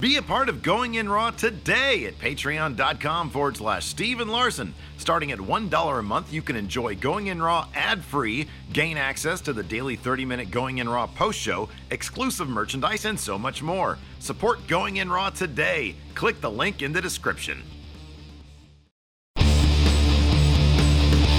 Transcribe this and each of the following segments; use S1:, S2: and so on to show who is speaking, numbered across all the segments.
S1: Be a part of Going In Raw today at patreon.com forward slash Steven Larson. Starting at $1 a month, you can enjoy Going In Raw ad free, gain access to the daily 30 minute Going In Raw post show, exclusive merchandise, and so much more. Support Going In Raw today. Click the link in the description.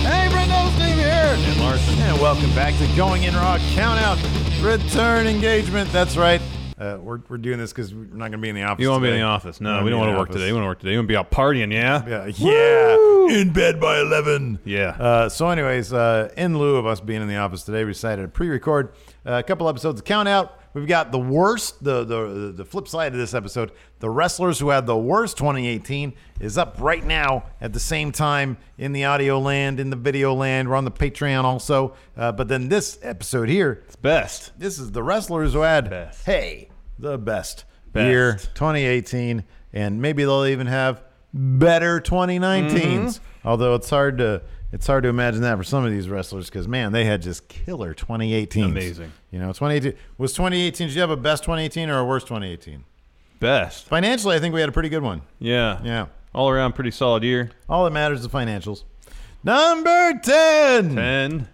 S2: Hey, Brendo, Steve here. And Larson. And welcome back to Going In Raw Countout Return Engagement. That's right. Uh, we're, we're doing this because we're not going to be in the office.
S3: You want to be in
S2: today.
S3: the office?
S2: We're
S3: No,
S2: not
S3: we don't want to
S2: gonna be in
S3: work
S2: the
S3: today.
S2: office.
S3: We want to work today. We want to be out partying, yeah?
S2: Yeah, yeah. In bed by eleven.
S3: Yeah.
S2: Uh, so, anyways, uh, in lieu of us being in the office today, we decided to pre-record uh, a couple episodes of Count Out. We've got the worst, the, the the flip side of this episode. The wrestlers who had the worst 2018 is up right now at the same time in the audio land, in the video land. We're on the Patreon also. Uh, but then this episode here,
S3: It's best.
S2: this is the wrestlers who had
S3: Best.
S2: hey the best,
S3: Best.
S2: year 2018 and maybe they'll even have better 2019s
S3: Mm-hmm.
S2: although it's hard to it's hard to imagine that for some of these wrestlers because man they had just killer 2018s
S3: Amazing.
S2: you know 2018 was 2018 did you have a best 2018 or a worst 2018
S3: Best.
S2: financially i think we had a pretty good one
S3: Yeah.
S2: yeah Um,
S3: All around, pretty solid year.
S2: all that matters is the financials number 10
S3: And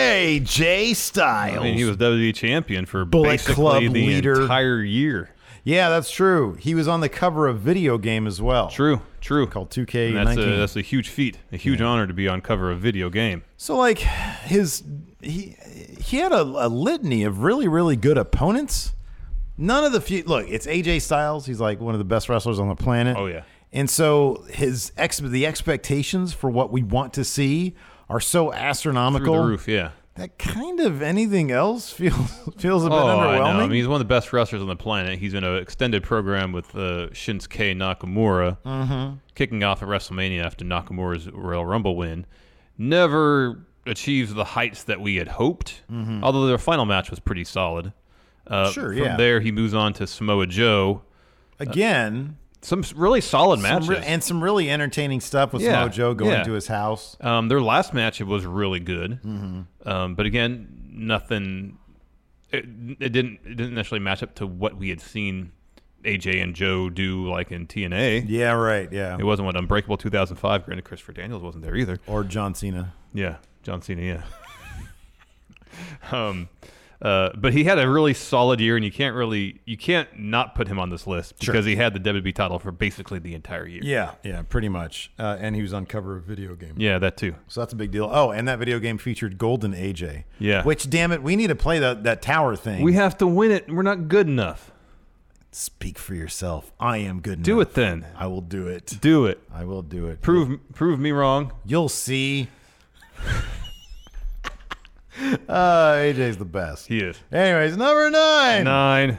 S2: aj styles
S3: I mean, he was WWE champion for
S2: Bullet
S3: basically
S2: Club
S3: the
S2: leader.
S3: entire year.
S2: yeah that's true he was on the cover of video game as well
S3: True. True.
S2: called
S3: And that's
S2: 2k19
S3: a, that's a huge feat, a huge honor to be on cover of video game.
S2: So like his he he had a, a litany of really really good opponents. None of the few look, it's AJ Styles. He's like one of the best wrestlers on the planet.
S3: Oh, yeah.
S2: And so his ex the expectations for what we want to see are so
S3: Through
S2: astronomical
S3: the roof, yeah.
S2: that kind of anything else feels feels a bit
S3: Oh, I know.
S2: underwhelming.
S3: I mean, he's one of the best wrestlers on the planet. He's in an extended program with uh, Shinsuke Nakamura,
S2: Mm-hmm.
S3: kicking off at WrestleMania after Nakamura's Royal Rumble win. Never achieved the heights that we had hoped, although their final match was pretty solid. Uh,
S2: Mm-hmm. Sure,
S3: From
S2: yeah.
S3: there, he moves on to Samoa Joe.
S2: Again,
S3: Some s- really solid
S2: some
S3: uh, matches.
S2: re- and some really entertaining stuff with
S3: Yeah,
S2: Samoa Joe going
S3: yeah.
S2: to his house.
S3: Um, their last match it was really good,
S2: Mm-hmm.
S3: um, but again, nothing. It, it didn't it didn't necessarily match up to what we had seen AJ and Joe do like in TNA.
S2: Yeah, right. Yeah.
S3: It wasn't what Unbreakable 2005. Granted, Christopher Daniels wasn't there either.
S2: Or John Cena.
S3: Yeah, John Cena. Yeah. um, uh, but he had a really solid year, and you can't really you can't not put him on this list
S2: Sure.
S3: because he had the WWE title for basically the entire year.
S2: Yeah, yeah, pretty much. Uh, and he was on cover of video game.
S3: Yeah, that too.
S2: So that's a big deal. Oh, and that video game featured Golden AJ.
S3: Yeah.
S2: Which, damn it, we need to play that that tower thing.
S3: We have to win it. We're not good enough.
S2: Speak for yourself. I am good.
S3: Do
S2: enough.
S3: it then.
S2: I will do it.
S3: Do it.
S2: I will do it.
S3: prove prove me wrong.
S2: You'll see. uh, AJ's the best.
S3: He is.
S2: Anyways, number nine,
S3: Nine.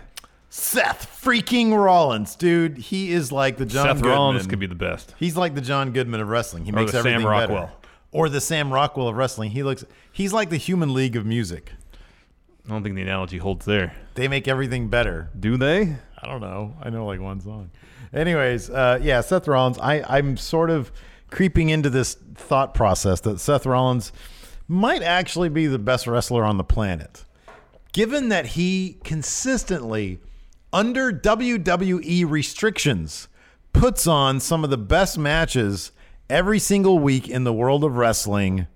S2: Seth freaking Rollins, dude. He is like the John.
S3: Seth
S2: Goodman.
S3: Rollins could be the best.
S2: He's like the John Goodman of wrestling. He makes
S3: the Sam
S2: everything better.
S3: Rockwell.
S2: Or the Sam Rockwell of wrestling. He looks. He's like the Human League of music.
S3: I don't think the analogy holds there.
S2: They make everything better.
S3: Do they?
S2: I don't know. I know like one song. Anyways, uh, yeah, Seth Rollins. I, I'm sort of creeping into this thought process that Seth Rollins might actually be the best wrestler on the planet. Given that he consistently under WWE restrictions, puts on some of the best matches every single week in the world of wrestling.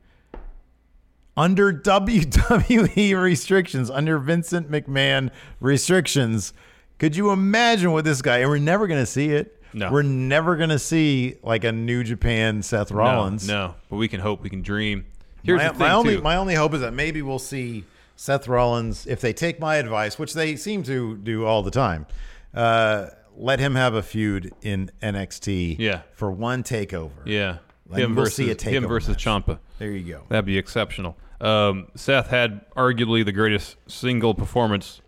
S2: Under WWE restrictions, under Vincent McMahon restrictions, could you imagine what this guy? And we're never going to see it.
S3: No.
S2: We're never going to see like a New Japan Seth
S3: No,
S2: Rollins.
S3: No, but we can hope. We can dream. Here's
S2: my,
S3: the thing,
S2: my only
S3: too.
S2: my only hope is that maybe we'll see Seth Rollins if they take my advice, which they seem to do all the time. Uh, let him have a feud in NXT,
S3: Yeah.
S2: for one takeover.
S3: yeah,
S2: Like,
S3: him
S2: we'll
S3: versus
S2: see a
S3: him
S2: takeover
S3: versus
S2: match.
S3: Champa.
S2: there you go.
S3: That'd be exceptional. Um, Seth had arguably the greatest single performance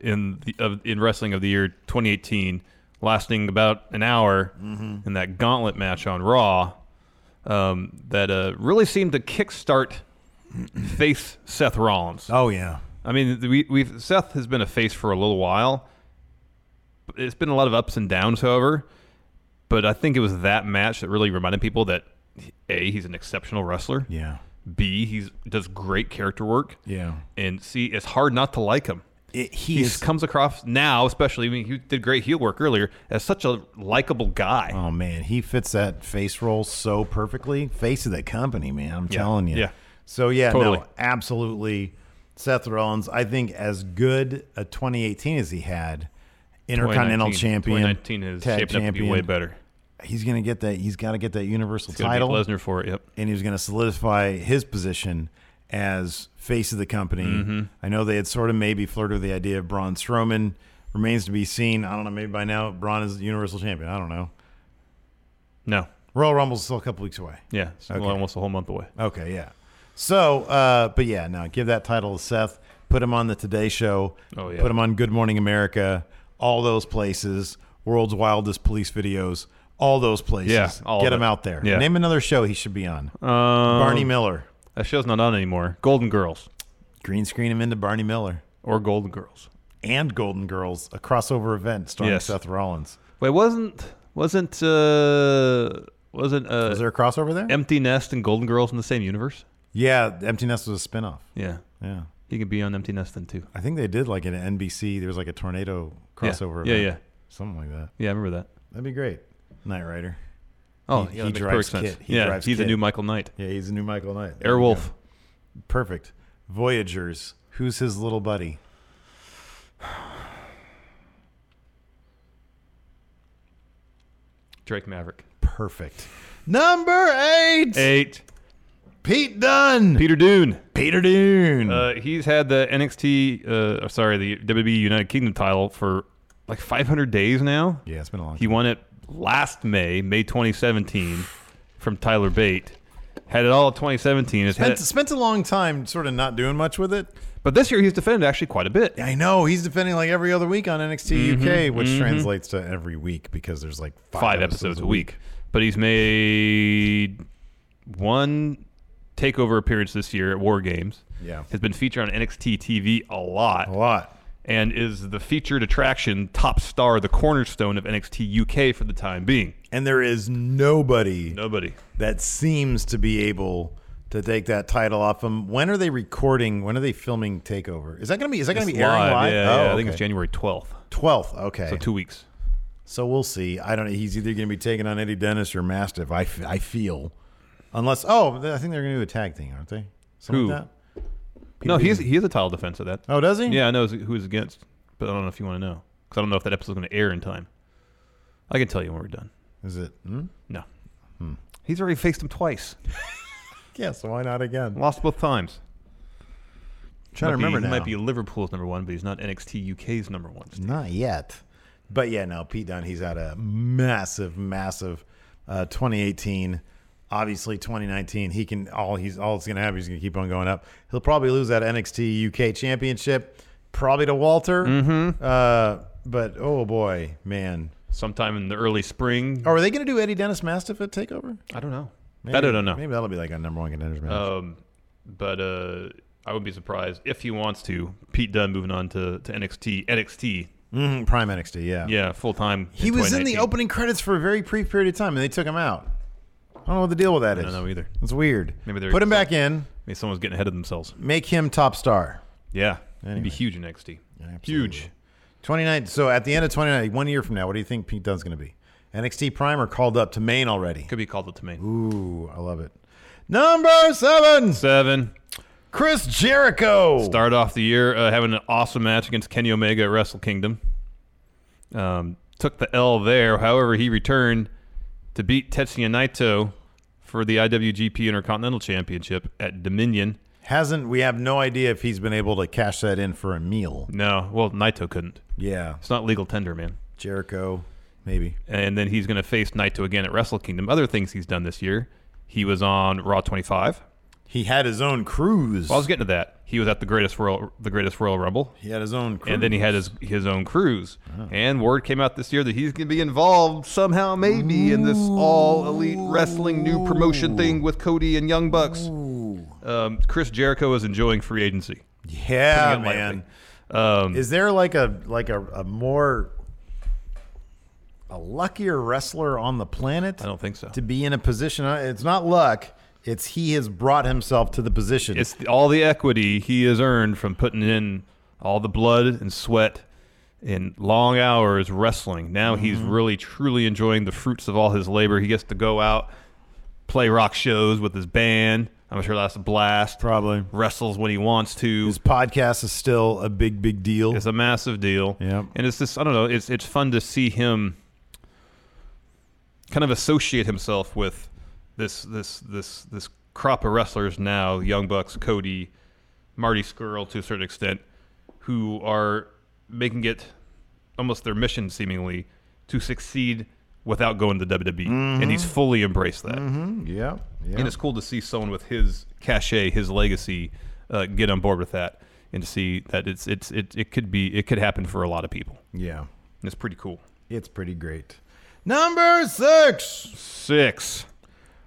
S3: in the, of, in wrestling of the year 2018, lasting about an hour
S2: Mm-hmm.
S3: in that gauntlet match on Raw. Um, that uh, really seemed to kickstart face Seth Rollins.
S2: Oh yeah,
S3: I mean, we we've Seth has been a face for a little while. It's been a lot of ups and downs, however. But I think it was that match that really reminded people that a he's an exceptional wrestler.
S2: yeah,
S3: B, he's does great character work.
S2: yeah.
S3: And C, it's hard not to like him.
S2: It,
S3: He
S2: he is.
S3: comes across now, especially I mean, he did great heel work earlier as such a likable guy.
S2: oh man, he fits that face role so perfectly. Face of the company, man. I'm
S3: Yeah,
S2: telling you.
S3: yeah.
S2: So yeah,
S3: Totally.
S2: no, absolutely. Seth Rollins, I think, as good a 2018 as he had, Intercontinental
S3: 2019
S2: Champion,
S3: 2019 is
S2: Tag
S3: shaping up to be way better.
S2: he's gonna get that. He's got to get that universal
S3: Gonna beat
S2: title,
S3: Lesnar for it. Yep.
S2: and he's gonna solidify his position as face of the company. I know they had sort of maybe flirted with the idea of Braun Strowman. Remains to be seen. I don't know. Maybe by now Braun is the universal champion. I don't know.
S3: No.
S2: Royal Rumble's still a couple weeks away.
S3: Yeah. It's
S2: Okay.
S3: almost a whole month away.
S2: Okay, yeah. So, uh, but yeah, no, give that title to Seth. Put him on the Today Show.
S3: Oh, yeah.
S2: Put him on Good Morning America. All those places. World's Wildest Police videos. All those places.
S3: Yeah, all
S2: Get
S3: of
S2: him
S3: it.
S2: out there.
S3: Yeah.
S2: Name another show he should be on.
S3: Um,
S2: Barney Miller.
S3: That show's not on anymore. Golden Girls
S2: Green screen him into Barney Miller
S3: or Golden Girls.
S2: and Golden Girls, a crossover event starring
S3: Yes.
S2: Seth Rollins.
S3: Wait, wasn't wasn't uh wasn't uh
S2: Was there a crossover there?
S3: Empty Nest and Golden Girls in the same universe?
S2: yeah, Empty Nest was a spinoff.
S3: Yeah.
S2: Yeah.
S3: He can be on Empty Nest then too.
S2: I think they did like an NBC. There was like a tornado
S3: Yeah.
S2: crossover
S3: Yeah,
S2: event.
S3: yeah.
S2: Something like that.
S3: Yeah, I remember that.
S2: That'd be great. Knight Rider.
S3: Oh,
S2: He-
S3: yeah,
S2: he
S3: that makes
S2: drives
S3: perfect sense.
S2: Kit. He
S3: yeah,
S2: drives
S3: he's the
S2: Kit.
S3: new Michael Knight.
S2: Yeah, he's a new Michael Knight. There we
S3: Airwolf.
S2: go. Perfect. Voyagers. Who's his little buddy?
S3: Drake Maverick.
S2: Perfect. Number eight.
S3: Eight.
S2: Pete Dunn.
S3: Peter Dune.
S2: Peter Dune.
S3: Uh, he's had the NXT, uh, sorry, the WWE United Kingdom title for like 500 days now.
S2: yeah, it's been a long
S3: He
S2: time.
S3: won it last May, May 2017, from Tyler Bate. Had it all in 2017. Has had
S2: Spent,
S3: it-
S2: spent a long time sort of not doing much with it.
S3: but this year he's defended actually quite a bit.
S2: I know. He's defending like every other week on NXT UK, which translates to every week because there's like Mm-hmm, five,
S3: five episodes a week. But he's made one takeover appearance this year at War Games.
S2: Yeah.
S3: Has been featured on NXT TV a lot
S2: A lot.
S3: and is the featured attraction top star, the cornerstone of NXT UK for the time being.
S2: And there is nobody
S3: Nobody.
S2: that seems to be able to take that title off him. When are they recording? When are they filming Takeover? Is that going to be? Is that going to be airing live?
S3: Yeah,
S2: oh,
S3: yeah, I think it's
S2: okay.
S3: January 12th.
S2: 12th. Okay.
S3: So
S2: So,
S3: two weeks.
S2: we'll see. I don't know. He's either going to be taking on Eddie Dennis or Mastiff. I, f- I feel. Unless, oh, I think they're going to do a tag thing, aren't they? Something
S3: Who?
S2: like that?
S3: No, he's he has a title defense of that.
S2: Oh, does he?
S3: Yeah, I know who he's against, but I don't know if you want to know because I don't know if that episode's going to air in time. I can tell you when we're done.
S2: Is it? Hmm?
S3: No. He's already faced him twice.
S2: Yeah, so why not again?
S3: Lost both times.
S2: trying to
S3: Might be-
S2: remember now.
S3: Might be Liverpool's number one, but he's not NXT UK's number one.
S2: Not yet. But yeah, no, Pete Dunne, he's had a massive, massive uh, 2018. Obviously, 2019, he can all he's all it's gonna have. He's gonna keep on going up. He'll probably lose that NXT UK Championship, probably to Walter. Mm-hmm. Uh, but oh boy, man, Oh,
S3: Sometime in the early spring.
S2: are they gonna do Eddie Dennis Mastiff at Takeover?
S3: I don't know. that I don't know.
S2: Maybe that'll be like a number one contenders match.
S3: Um, but uh, I would be surprised if he wants to. Pete Dunne moving on to, to NXT. NXT.
S2: Mhm, Prime NXT, yeah.
S3: Yeah, full time.
S2: He was in the
S3: 2019.
S2: opening credits for a very brief period of time, and they took him out. I don't know what the deal with that is.
S3: I don't know either.
S2: It's weird.
S3: Maybe they're-
S2: put him back in.
S3: Maybe someone's getting ahead of themselves.
S2: make him top star.
S3: Yeah. He'd
S2: Anyway.
S3: be huge in NXT.
S2: Absolutely.
S3: Huge.
S2: 29. So at the end of 29, one year from now, what do you think Pete Dunne's going to be? NXT Prime or called up to Maine already?
S3: Could be called it to me.
S2: Ooh, I love it. Number seven,
S3: Seven.
S2: Chris Jericho.
S3: Start off the year uh, having an awesome match against Kenny Omega at Wrestle Kingdom. Um, took the L there. However, he returned to beat Tetsuya Naito for the IWGP Intercontinental Championship at Dominion.
S2: Hasn't, we have no idea if he's been able to cash that in for a meal.
S3: No, well, Naito couldn't.
S2: Yeah.
S3: It's not legal tender, man.
S2: Jericho, maybe.
S3: And then he's going to face Naito again at Wrestle Kingdom. Other things he's done this year. He was on Raw 25.
S2: He had his own cruise.
S3: Well, I was getting to that. He was at the greatest Royal, the greatest Royal Rumble.
S2: he had his own cruise.
S3: and then he had his his own cruise. And word came out this year that he's going to be involved somehow, maybe, in this all elite wrestling new promotion thing with Cody and Young Bucks. Um, Chris Jericho is enjoying free agency.
S2: Yeah,
S3: Putting it lightly.
S2: man.
S3: Um,
S2: Is there like a like a, a more a luckier wrestler on the planet?
S3: I don't think so.
S2: To be in a position, uh, it's not luck. It's he has brought himself to the position.
S3: It's the, all the equity he has earned from putting in all the blood and sweat and long hours wrestling. Now he's really truly enjoying the fruits of all his labor. He gets to go out, play rock shows with his band. I'm sure that's a blast.
S2: Probably.
S3: wrestles when he wants to.
S2: His podcast is still a big, big deal.
S3: It's a massive deal.
S2: Yep.
S3: And it's just I don't know, it's it's fun to see him kind of associate himself with this this this this crop of wrestlers now, Young Bucks, Cody, Marty Skrull to a certain extent, who are making it almost their mission seemingly to succeed without going to WWE. E.
S2: Mm-hmm.
S3: And he's fully embraced that.
S2: yeah, yeah.
S3: And it's cool to see someone with his cachet, his legacy, uh, get on board with that, and to see that it's it's it, it could be it could happen for a lot of people.
S2: yeah.
S3: And it's pretty cool.
S2: It's pretty great. Number six,
S3: Six.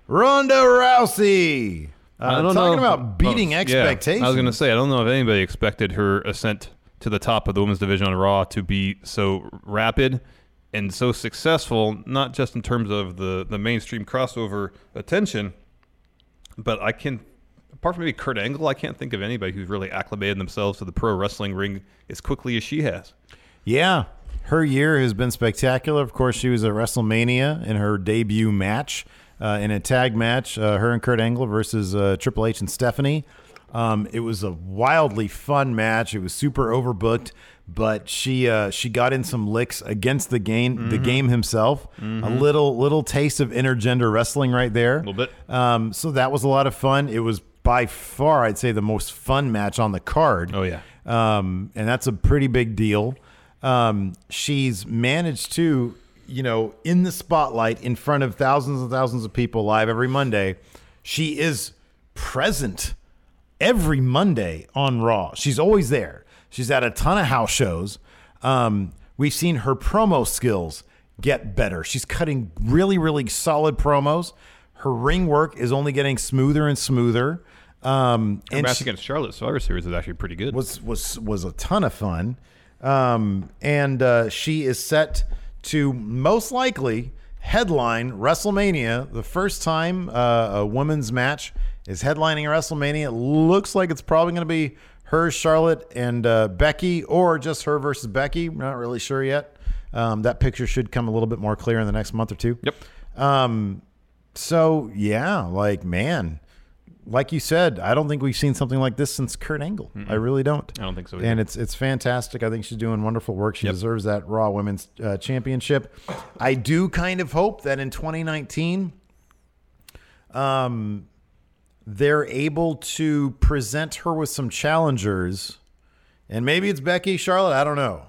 S2: Ronda Rousey. Uh,
S3: I don't
S2: talking
S3: know-
S2: about beating
S3: oh, yeah.
S2: expectations.
S3: I was going to say I don't know if anybody expected her ascent to the top of the women's division on Raw to be so rapid and so successful, not just in terms of the the mainstream crossover attention, but I can. Apart from maybe Kurt Angle, I can't think of anybody who's really acclimated themselves to the pro wrestling ring as quickly as she has.
S2: Yeah. Her year has been spectacular. Of course, she was at WrestleMania in her debut match, uh, in a tag match, uh, her and Kurt Angle versus uh, Triple H and Stephanie. Um, it was a wildly fun match. It was super overbooked, but she uh, she got in some licks against the game
S3: Mm-hmm.
S2: the game himself. A little little taste of intergender wrestling right there. A
S3: little bit.
S2: Um, so that was a lot of fun. It was by far, I'd say, the most fun match on the card
S3: Oh, yeah.
S2: um, and that's a pretty big deal. Um, she's managed to, you know, in the spotlight, in front of thousands and thousands of people live every Monday. She is present every Monday on Raw. She's always there. She's at a ton of house shows. Um, we've seen her promo skills get better. She's cutting really, really solid promos. Her ring work is only getting smoother and smoother. Um,
S3: Her
S2: and
S3: match
S2: she-
S3: against Charlotte Survivor Series is actually pretty good.
S2: was was was a ton of fun, um, and uh, she is set to most likely headline WrestleMania. The first time uh, a women's match is headlining WrestleMania. It looks like it's probably going to be her, Charlotte, and uh, Becky, or just her versus Becky. We're not really sure yet. Um, that picture should come a little bit more clear in the next month or two.
S3: Yep.
S2: Um, so yeah, like man, like you said, I don't think we've seen something like this since Kurt Angle. I really don't.
S3: I don't think so either.
S2: And it's it's fantastic. I think she's doing wonderful work. She deserves that Raw Women's uh, Championship. I do kind of hope that in 2019, um, they're able to present her with some challengers, and maybe it's Becky, Charlotte. I don't know.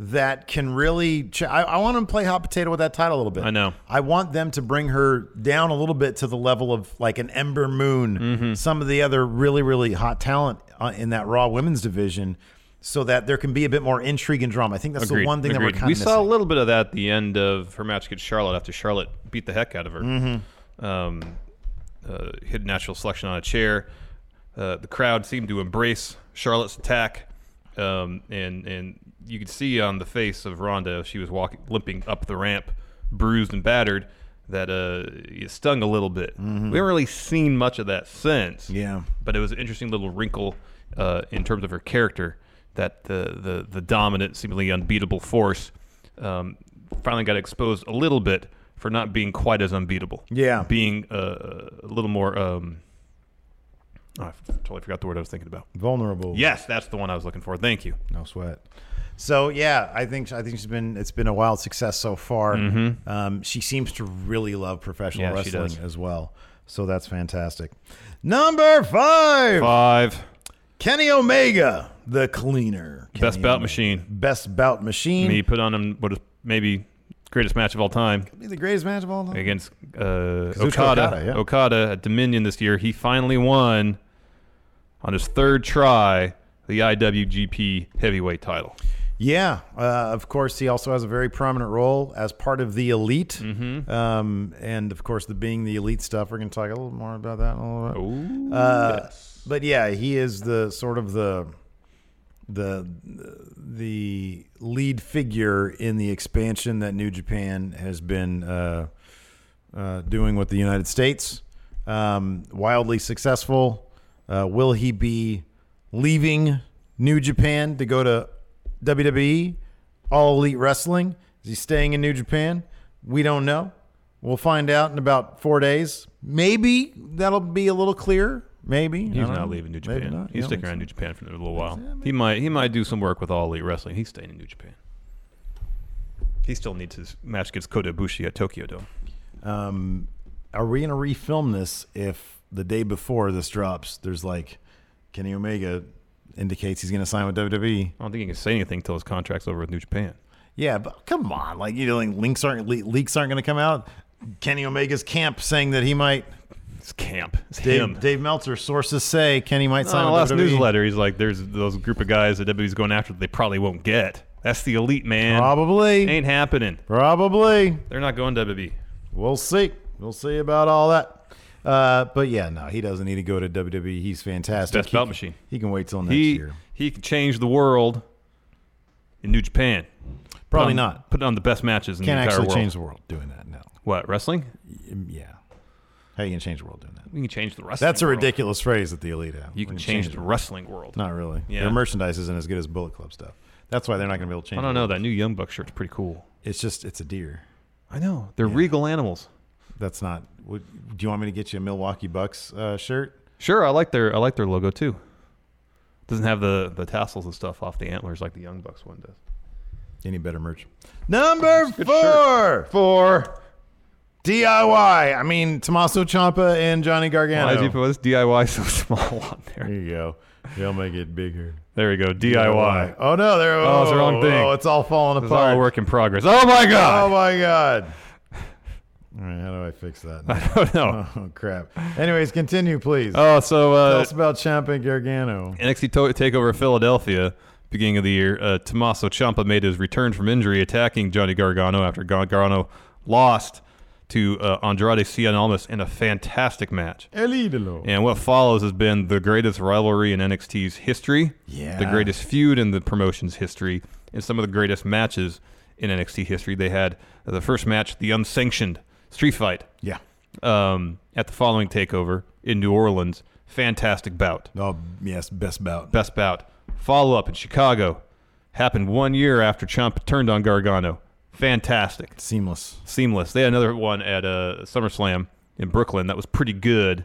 S2: That can really. Ch- I, I want them to play hot potato with that title a little bit.
S3: I know.
S2: I want them to bring her down a little bit to the level of like an Ember Moon,
S3: Mm-hmm.
S2: some of the other really, really hot talent uh, in that Raw women's division, so that there can be a bit more intrigue and drama. I think that's the
S3: Agreed,
S2: one thing
S3: agreed.
S2: that we're
S3: we
S2: kind of
S3: saw a little bit of that at the end of her match against Charlotte after Charlotte beat the heck out of her.
S2: Mm-hmm.
S3: Um, uh, hit natural selection on a chair. Uh, the crowd seemed to embrace Charlotte's attack, um, and and you could see on the face of Rhonda she was walking limping up the ramp, bruised and battered. That uh, it stung a little bit. We haven't really seen much of that since.
S2: Mm-hmm. Yeah.
S3: but it was an interesting little wrinkle uh, in terms of her character that the the the dominant, seemingly unbeatable force um, finally got exposed a little bit for not being quite as unbeatable.
S2: Yeah.
S3: being uh, a little more. Um, oh, I f- totally forgot the word I was thinking about.
S2: Vulnerable.
S3: Yes, that's the one I was looking for. Thank you.
S2: No sweat. So yeah, I think I think she's been it's been a wild success so far. Um, she seems to really love professional
S3: Mm-hmm. Yeah, she
S2: wrestling
S3: does.
S2: as well. So that's fantastic. Number five,
S3: Five
S2: Kenny Omega, the cleaner.
S3: best
S2: Kenny
S3: bout
S2: Omega.
S3: machine.
S2: Best bout machine.
S3: He put on him what is maybe greatest match of all time.
S2: Be the greatest match of all time.
S3: against uh,
S2: Kazuchika
S3: Okada.
S2: Okada,
S3: Okada,
S2: yeah.
S3: at Dominion this year. He finally won on his third try the IWGP Heavyweight title.
S2: Yeah, uh, of course. He also has a very prominent role as part of the elite,
S3: Mm-hmm.
S2: um, and of course, the being the elite stuff. We're going to talk a little more about that in a little bit.
S3: Ooh,
S2: Uh, But yeah, he is the sort of the the the lead figure in the expansion that New Japan has been uh, uh, doing with the United States. Um, wildly successful. Uh, will he be leaving New Japan to go to WWE All Elite Wrestling? Is he staying in New Japan? We don't know. We'll find out in about four days. Maybe that'll be a little clearer. Maybe I
S3: He's
S2: don't
S3: not
S2: know.
S3: leaving New
S2: Maybe
S3: Japan.
S2: not.
S3: He's
S2: Yeah,
S3: sticking
S2: I
S3: around New Japan for a little while. he might he might do some work with All Elite Wrestling. He's staying in New Japan. He still needs his match against Kota Ibushi at Tokyo Dome.
S2: um, are we gonna refilm this if the day before this drops there's like kenny omega indicates he's gonna sign with E? wwe
S3: I don't think he can say anything until his contract's over with New Japan.
S2: yeah but come on like you know like links aren't le- leaks aren't gonna come out kenny omega's camp saying that he might
S3: It's camp. It's him.
S2: dave, dave meltzer sources say kenny might
S3: On
S2: sign
S3: Oh, the
S2: with E.
S3: last
S2: WWE.
S3: newsletter, he's like, "There's those group of guys that WWE's going after that they probably won't get. That's the elite man.
S2: probably
S3: ain't happening.
S2: probably
S3: They're not going to WWE.
S2: We'll see. We'll see about all that. Uh, but yeah, no, he doesn't need to go to WWE. He's fantastic.
S3: Best
S2: He
S3: belt
S2: can-
S3: machine.
S2: He can wait till next
S3: He
S2: year.
S3: he can change the world in New Japan. Put
S2: Probably
S3: on-
S2: not.
S3: Put on the best matches in
S2: Can't
S3: the entire
S2: actually
S3: world.
S2: change the world doing that. No.
S3: what wrestling?
S2: Yeah. How you gonna change the world doing that?
S3: We can Mm, change the wrestling.
S2: That's a
S3: world.
S2: ridiculous phrase that the elite have.
S3: You
S2: We
S3: can change, the
S2: it.
S3: wrestling world.
S2: Not really.
S3: Yeah.
S2: Their merchandise isn't as good as Bullet Club stuff. That's why they're not gonna be able to change.
S3: I don't
S2: it.
S3: know. That new Young Buck shirt's pretty cool.
S2: It's just it's a deer.
S3: I know. They're regal animals.
S2: That's not. Would, do you want me to get you a Milwaukee Bucks uh, shirt?
S3: Sure, I like their I like their logo too. Doesn't have the the tassels and stuff off the antlers like the Young Bucks one does.
S2: Any better merch? Number four for DIY. I mean, Tommaso Ciampa and Johnny
S3: Why is he
S2: Gargano.
S3: put this DIY so small on there?
S2: There you go. They'll make it bigger.
S3: There we go. DIY.
S2: Oh no, there.
S3: Oh, it's the wrong thing.
S2: Oh, it's all falling
S3: It's
S2: apart.
S3: all a work in progress. Oh my
S2: Oh
S3: god.
S2: my god. All right, how do I fix that? now?
S3: Oh, no.
S2: oh crap. Anyways, continue, please.
S3: Oh, so
S2: Tell
S3: uh,
S2: us about Ciampa and Gargano.
S3: NXT to- Takeover Philadelphia, beginning of the year. Uh, Tommaso Ciampa made his return from injury, attacking Johnny Gargano after Gargano lost to uh, Andrade Cien Almas in a fantastic match.
S2: El Idolo.
S3: And what follows has been the greatest rivalry in NXT's history,
S2: Yeah.
S3: the greatest feud in the promotion's history, and some of the greatest matches in NXT history. They had uh, the first match, the unsanctioned street fight,
S2: Yeah.
S3: um, at the following takeover in New Orleans. Fantastic bout,
S2: Oh yes, best bout.
S3: best bout. Follow up in Chicago, happened one year after Ciampa turned on Gargano. Fantastic
S2: Seamless.
S3: seamless. They had another one at uh, SummerSlam in Brooklyn that was pretty good.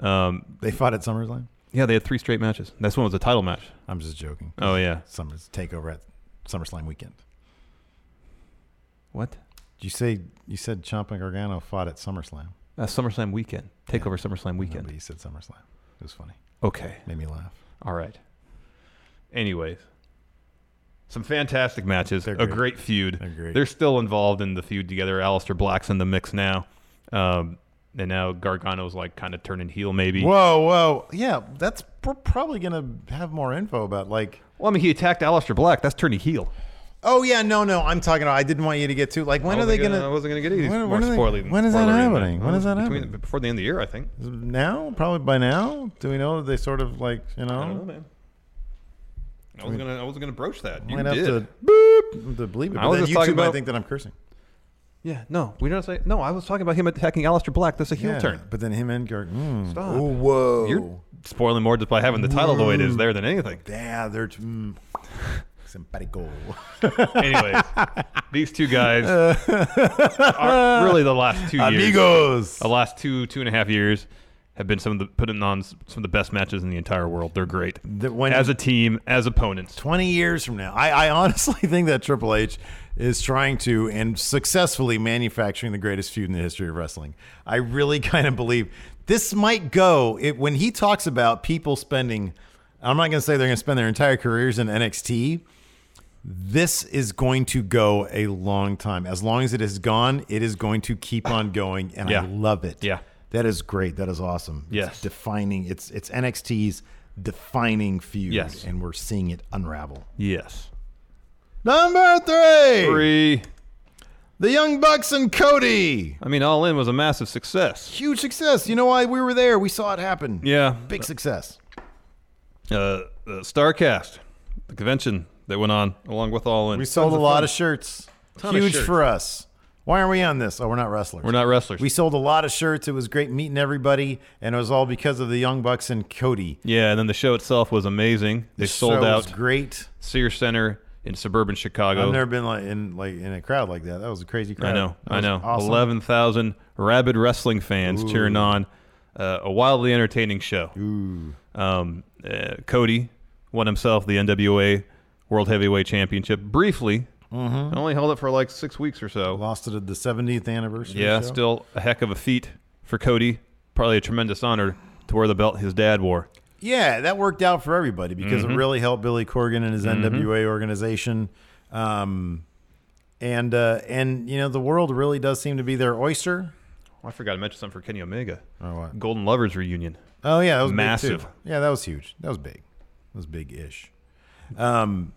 S3: Um,
S2: They fought at SummerSlam.
S3: yeah, they had three straight matches. This one was a title match.
S2: I'm just joking.
S3: Oh yeah,
S2: Summers takeover at SummerSlam weekend.
S3: what?
S2: Did you say you said Ciampa and Gargano fought at SummerSlam?
S3: Uh, SummerSlam weekend. Takeover SummerSlam
S2: No,
S3: weekend.
S2: but you said SummerSlam. It was funny.
S3: Okay.
S2: Made me laugh.
S3: All right. Anyways, some fantastic matches.
S2: They're
S3: A
S2: great.
S3: great feud.
S2: They're great.
S3: still involved in the feud together. Alistair Black's in the mix now. Um, and now Gargano's like kind of turning heel, maybe.
S2: Whoa, whoa. Yeah, that's we're probably gonna have more info about like
S3: Well, I mean, he attacked Alistair Black. That's turning heel.
S2: Oh yeah, no, no. I'm talking about I didn't want you to get too like when
S3: I
S2: are they
S3: wasn't
S2: gonna,
S3: I wasn't Oh, gonna get any
S2: when-
S3: more
S2: when are they-
S3: spoiling.
S2: when is
S3: spoilery
S2: that
S3: than
S2: happening? When is that
S3: Between-
S2: happening?
S3: Before the end of the year, I think.
S2: now? Probably by now? Do we know that they sort of like, you know?
S3: I don't know, man. I was gonna, I was gonna broach that. You
S2: might have
S3: did.
S2: to boop to believe it.
S3: I
S2: But
S3: was
S2: then
S3: just talking
S2: YouTube might
S3: about-
S2: think that I'm cursing.
S3: Yeah, no, we don't say. No, I was talking about him attacking Alistair Black. That's a heel
S2: Yeah,
S3: turn.
S2: But then him and Garg mm.
S3: Stop.
S2: Oh whoa.
S3: You're spoiling more just by having the title the way it is there than anything.
S2: yeah, they're mm. Simpatico.
S3: Anyways, these two guys are really the last two years.
S2: Amigos.
S3: The last two two and a half years have been some of the putting on s- some of the best matches in the entire world. They're great
S2: The- when-
S3: as a team, as opponents.
S2: 20 years from now. I, I honestly think that Triple H is trying to and successfully manufacturing the greatest feud in the history of wrestling. I really kind of believe this might go it, when he talks about people spending, I'm not going to say they're going to spend their entire careers in NXT. This is going to go a long time. As long as it is gone, it is going to keep on going, and
S3: Yeah.
S2: I love it.
S3: Yeah.
S2: that is great. That is awesome. It's
S3: Yes.
S2: defining. It's it's NXT's defining feud.
S3: Yes.
S2: and we're seeing it unravel.
S3: Yes.
S2: Number three,
S3: Three.
S2: the Young Bucks and Cody.
S3: I mean, All In was a massive success.
S2: Huge success. You know why we were there? We saw it happen.
S3: Yeah.
S2: big success.
S3: Uh, uh, Starcast, the convention that went on along with All In.
S2: We sold a lot of shirts.
S3: Ton of
S2: Huge
S3: shirts.
S2: for us. Why aren't we on this? Oh, we're not wrestlers.
S3: We're not wrestlers.
S2: We sold a lot of shirts. It was great meeting everybody, and it was all because of the Young Bucks and Cody.
S3: yeah, and then the show itself was amazing. They sold
S2: show
S3: out
S2: was great.
S3: Sears Center in suburban Chicago.
S2: I've never been like in like in a crowd like that. That was a crazy crowd.
S3: I know,
S2: That
S3: I
S2: was
S3: know.
S2: awesome.
S3: Eleven thousand rabid wrestling fans cheering on uh, a wildly entertaining show. Um, uh, Cody won himself the NWA World Heavyweight Championship briefly. Mm-hmm. Only held it for like six weeks or so.
S2: Lost it at the 70th anniversary.
S3: Yeah,
S2: show.
S3: still a heck of a feat for Cody. Probably a tremendous honor to wear the belt his dad wore.
S2: Yeah, that worked out for everybody because
S3: Mm-hmm.
S2: it really helped Billy Corgan and his NWA organization. Um, and uh, and you know the world really does seem to be their oyster.
S3: Oh, I forgot to mention something for Kenny Omega.
S2: Oh, what?
S3: Golden Lovers reunion.
S2: Oh yeah, that was Big
S3: Massive.
S2: too. Yeah, that was huge. That was big. That was big ish. Um,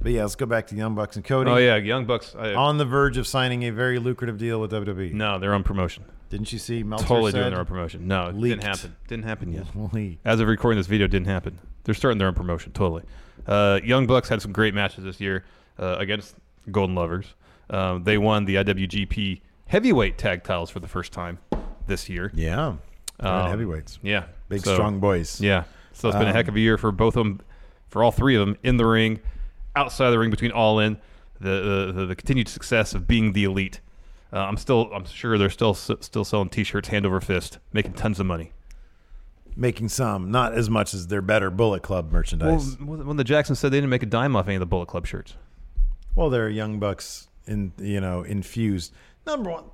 S2: but yeah, let's go back to Young Bucks and Cody.
S3: Oh yeah, Young Bucks. I,
S2: On the verge of signing a very lucrative deal with WWE.
S3: no, they're on promotion.
S2: Didn't you see Meltzer
S3: Totally
S2: said,
S3: doing their own promotion. No, it
S2: Leaked.
S3: didn't happen. Didn't happen yet.
S2: Holy-
S3: As of recording this video, it didn't happen. They're starting their own promotion. Totally. Uh, Young Bucks had some great matches this year uh, against Golden Lovers. Um, they won the IWGP Heavyweight Tag Titles for the first time this year.
S2: Yeah. They're
S3: Um,
S2: heavyweights.
S3: Yeah.
S2: Big
S3: So-
S2: strong boys.
S3: Yeah. So it's been a heck of a year for both of them, for all three of them in the ring, outside the ring, between all in, the the, the, the continued success of being the elite. Uh, I'm still, I'm sure they're still s- still selling T-shirts hand over fist, making tons of money.
S2: Making some, not as much as their better Bullet Club merchandise.
S3: Well, when the Jacksons said they didn't make a dime off any of the Bullet Club shirts,
S2: Well, they're young bucks in you know infused. Number one,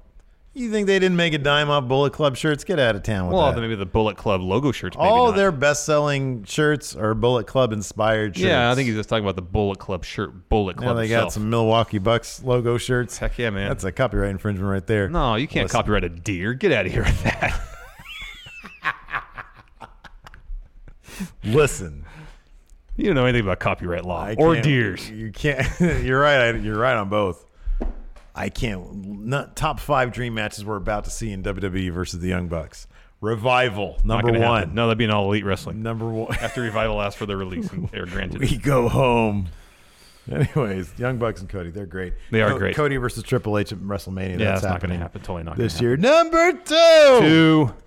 S2: you think they didn't make a dime off Bullet Club shirts? Get out of town with
S3: well,
S2: that.
S3: maybe the Bullet Club logo shirts. Maybe
S2: All
S3: not.
S2: their best-selling shirts are Bullet Club inspired shirts.
S3: yeah, I think he's just talking about the Bullet Club shirt. Bullet
S2: now
S3: Club.
S2: they got
S3: itself.
S2: some Milwaukee Bucks logo shirts.
S3: Heck yeah, man.
S2: That's a copyright infringement right there.
S3: No, you can't
S2: Listen.
S3: copyright a deer. Get out of here with that.
S2: Listen,
S3: you don't know anything about copyright law
S2: I
S3: or
S2: can't-
S3: deers.
S2: You can't. you're right. I- You're right on both. I can't. Not, top five dream matches we're about to see in WWE versus the Young Bucks. Revival
S3: Not
S2: number
S3: gonna
S2: one.
S3: happen. No, that'd be an all elite wrestling.
S2: Number one.
S3: After Revival asked for their release, and they were granted.
S2: we go home. Anyways, Young Bucks and Cody, they're great.
S3: They are great.
S2: Cody versus Triple H at WrestleMania.
S3: yeah, it's
S2: that's
S3: not going
S2: happening
S3: to happen. Totally not
S2: this
S3: gonna
S2: year. Number two,
S3: happen.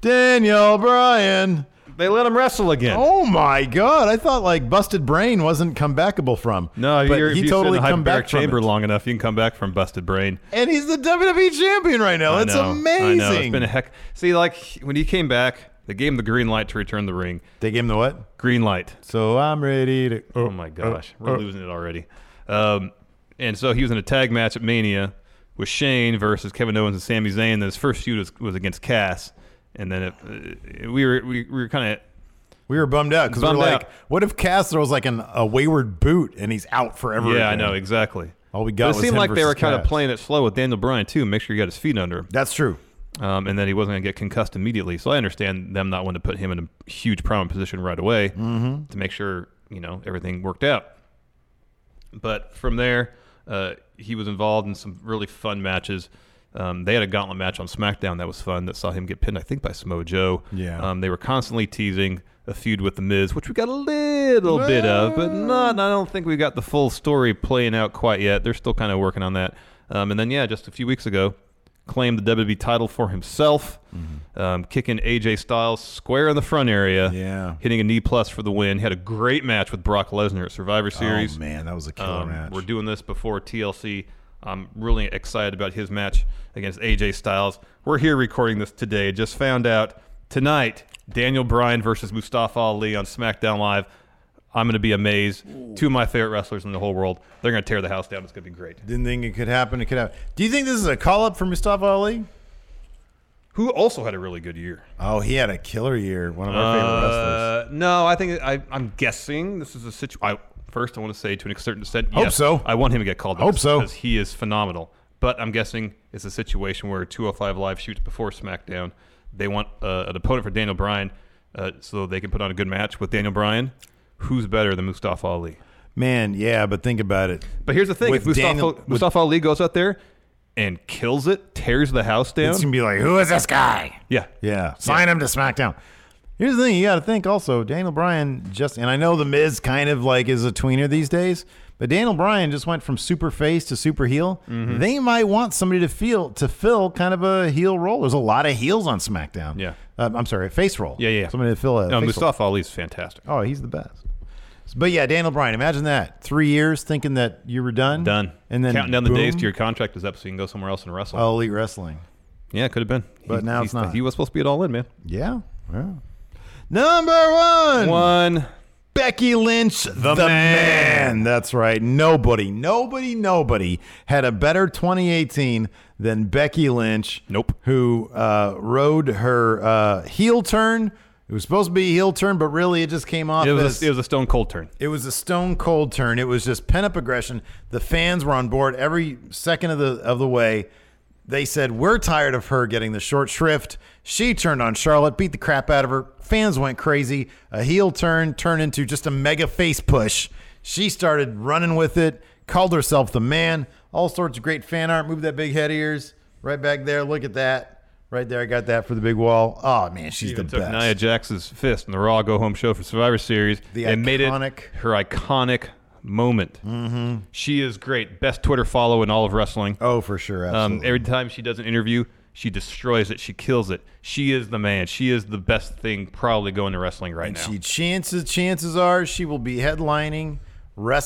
S2: Daniel Bryan.
S3: Two. They let him wrestle again.
S2: Oh my God! I thought like Busted Brain wasn't comebackable from.
S3: No, if
S2: but
S3: you're, if
S2: he
S3: you
S2: totally
S3: sit in the
S2: come back
S3: hyperbaric chamber
S2: from it.
S3: long enough, you can come back from busted brain.
S2: and he's the WWE champion right now.
S3: I
S2: Oh, That's
S3: know,
S2: amazing.
S3: I know. It's been a heck. See, like when he came back, they gave him the green light to return the ring.
S2: they gave him the what?
S3: Green light.
S2: So I'm ready to. uh,
S3: Oh my gosh, we're losing it already. Um, and so he was in a tag match at Mania with Shane versus Kevin Owens and Sami Zayn. And his first feud was, was against Cass, and then it, uh, we were we, we were kind of
S2: We were bummed out because we were
S3: Bummed
S2: like,
S3: out.
S2: what if Castro was like an, a wayward boot and he's out forever?
S3: yeah, I
S2: again?
S3: know exactly.
S2: All we got
S3: But
S2: was
S3: it seemed
S2: him
S3: like they
S2: versus
S3: were kind
S2: Cass.
S3: of playing it slow with Daniel Bryan too. Make sure you got his feet under him,
S2: That's true.
S3: um, and that he wasn't going to get concussed immediately. So I understand them not wanting to put him in a huge prominent position right away
S2: Mm.
S3: to make sure you know everything worked out. But from there, uh, he was involved in some really fun matches. Um, they had a gauntlet match on SmackDown that was fun that saw him get pinned, I think, by Samoa Joe.
S2: Yeah.
S3: Um, they were constantly teasing a feud with The Miz, which we got a little bit of, but not. I don't think we got the full story playing out quite yet. They're still kind of working on that. Um, and then, yeah, just a few weeks ago, claimed the WWE title for himself,
S2: Mm-hmm.
S3: um, kicking AJ Styles square in the front area,
S2: Yeah.
S3: hitting a knee plus for the win. He had a great match with Brock Lesnar at Survivor Series.
S2: Oh man, that was a killer
S3: Um,
S2: match.
S3: We're doing this before TLC. I'm really excited about his match against AJ Styles. We're here recording this today. Just found out tonight Daniel Bryan versus Mustafa Ali on SmackDown Live. I'm going to be amazed. Two of my favorite wrestlers in the whole world. They're going to tear the house down. It's going to be great.
S2: Didn't think it could happen. It could happen. Do you think this is a call up for Mustafa Ali?
S3: Who also had a really good year.
S2: Oh, he had a killer year. One of our favorite
S3: Uh,
S2: wrestlers.
S3: no, I think I, I'm guessing this is a situation. First, I want to say to a certain extent,
S2: Hope
S3: yes,
S2: so.
S3: I want him to get called. up
S2: Hope so.
S3: because he is phenomenal. But I'm guessing it's a situation where 205 Live shoots before SmackDown. They want uh, an opponent for Daniel Bryan, uh, so they can put on a good match with Daniel Bryan. Who's better than Mustafa Ali?
S2: Man, yeah, but think about it.
S3: But here's the thing:
S2: With
S3: if Mustafa,
S2: Daniel- with-
S3: Mustafa Ali goes out there and kills it, tears the house down.
S2: It's gonna be like, who is this guy?
S3: yeah,
S2: Yeah, sign him to SmackDown. Here's the thing: you got to think also. Daniel Bryan just, and I know the Miz kind of like is a tweener these days, but Daniel Bryan just went from super face to super heel.
S3: Mm-hmm.
S2: They might want somebody to feel to fill kind of a heel role. There's a lot of heels on SmackDown.
S3: Yeah.
S2: um, I'm sorry, a face role.
S3: yeah, yeah, yeah.
S2: Somebody to fill a
S3: No,
S2: face role.
S3: Mustafa Ali's fantastic.
S2: Oh, he's the best. But yeah, Daniel Bryan. Imagine that three years thinking that you were done,
S3: Done.
S2: and then
S3: counting down the days
S2: boom,
S3: to your contract is up, so you can go somewhere else and wrestle.
S2: All Elite Wrestling.
S3: Yeah, it could have been.
S2: But now it's
S3: he's-
S2: not.
S3: He was supposed to be at All In, man.
S2: Yeah. yeah. Number one.
S3: One.
S2: Becky Lynch, the, man. That's right. Nobody, nobody, nobody had a better 2018 than Becky Lynch.
S3: Nope.
S2: Who uh, rode her uh, heel turn. It was supposed to be a heel turn, but really it just came off
S3: It was,
S2: as
S3: a, it was a stone cold turn.
S2: it was a stone cold turn. It was just pent up aggression. The fans were on board every second of the of the way. They said, "We're tired of her getting the short shrift." She turned on Charlotte, beat the crap out of her. Fans went crazy. A heel turn turned into just a mega face push. She started running with it. Called herself the man. All sorts of great fan art. Move that big head of yours right back there. Look at that. Right there, I got that for the big wall. Oh man, she's
S3: Even
S2: the
S3: took
S2: best.
S3: Nia Jax's fist in the Raw Go Home Show for Survivor Series.
S2: The
S3: and made it
S2: iconic- Mm-hmm.
S3: her iconic moment. She is great. Best Twitter follow in all of wrestling.
S2: oh, for sure,
S3: Um,
S2: absolutely.
S3: every time she does an interview, she destroys it. She kills it. She is the man. She is the best thing probably going to wrestling right now.
S2: She chances chances are she will be headlining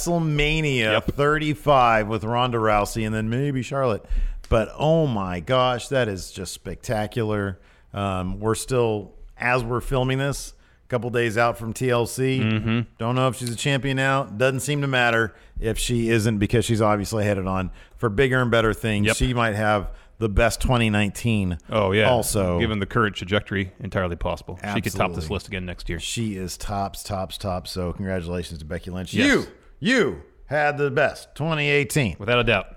S2: WrestleMania 35 with Ronda Rousey and then maybe Charlotte. But oh my gosh, that is just spectacular. Um, we're still as we're filming this, a couple days out from TLC.
S3: Mm-hmm.
S2: Don't know if she's a champion now. Doesn't seem to matter if she isn't because she's obviously headed on for bigger and better things.
S3: Yep.
S2: She might have the best 2019.
S3: oh, yeah.
S2: Also,
S3: given the current trajectory, entirely possible. She could top
S2: Absolutely.
S3: this list again next year.
S2: she is tops, tops, tops. So congratulations to Becky Lynch.
S3: Yes.
S2: You, you had the best 2018.
S3: Without a doubt.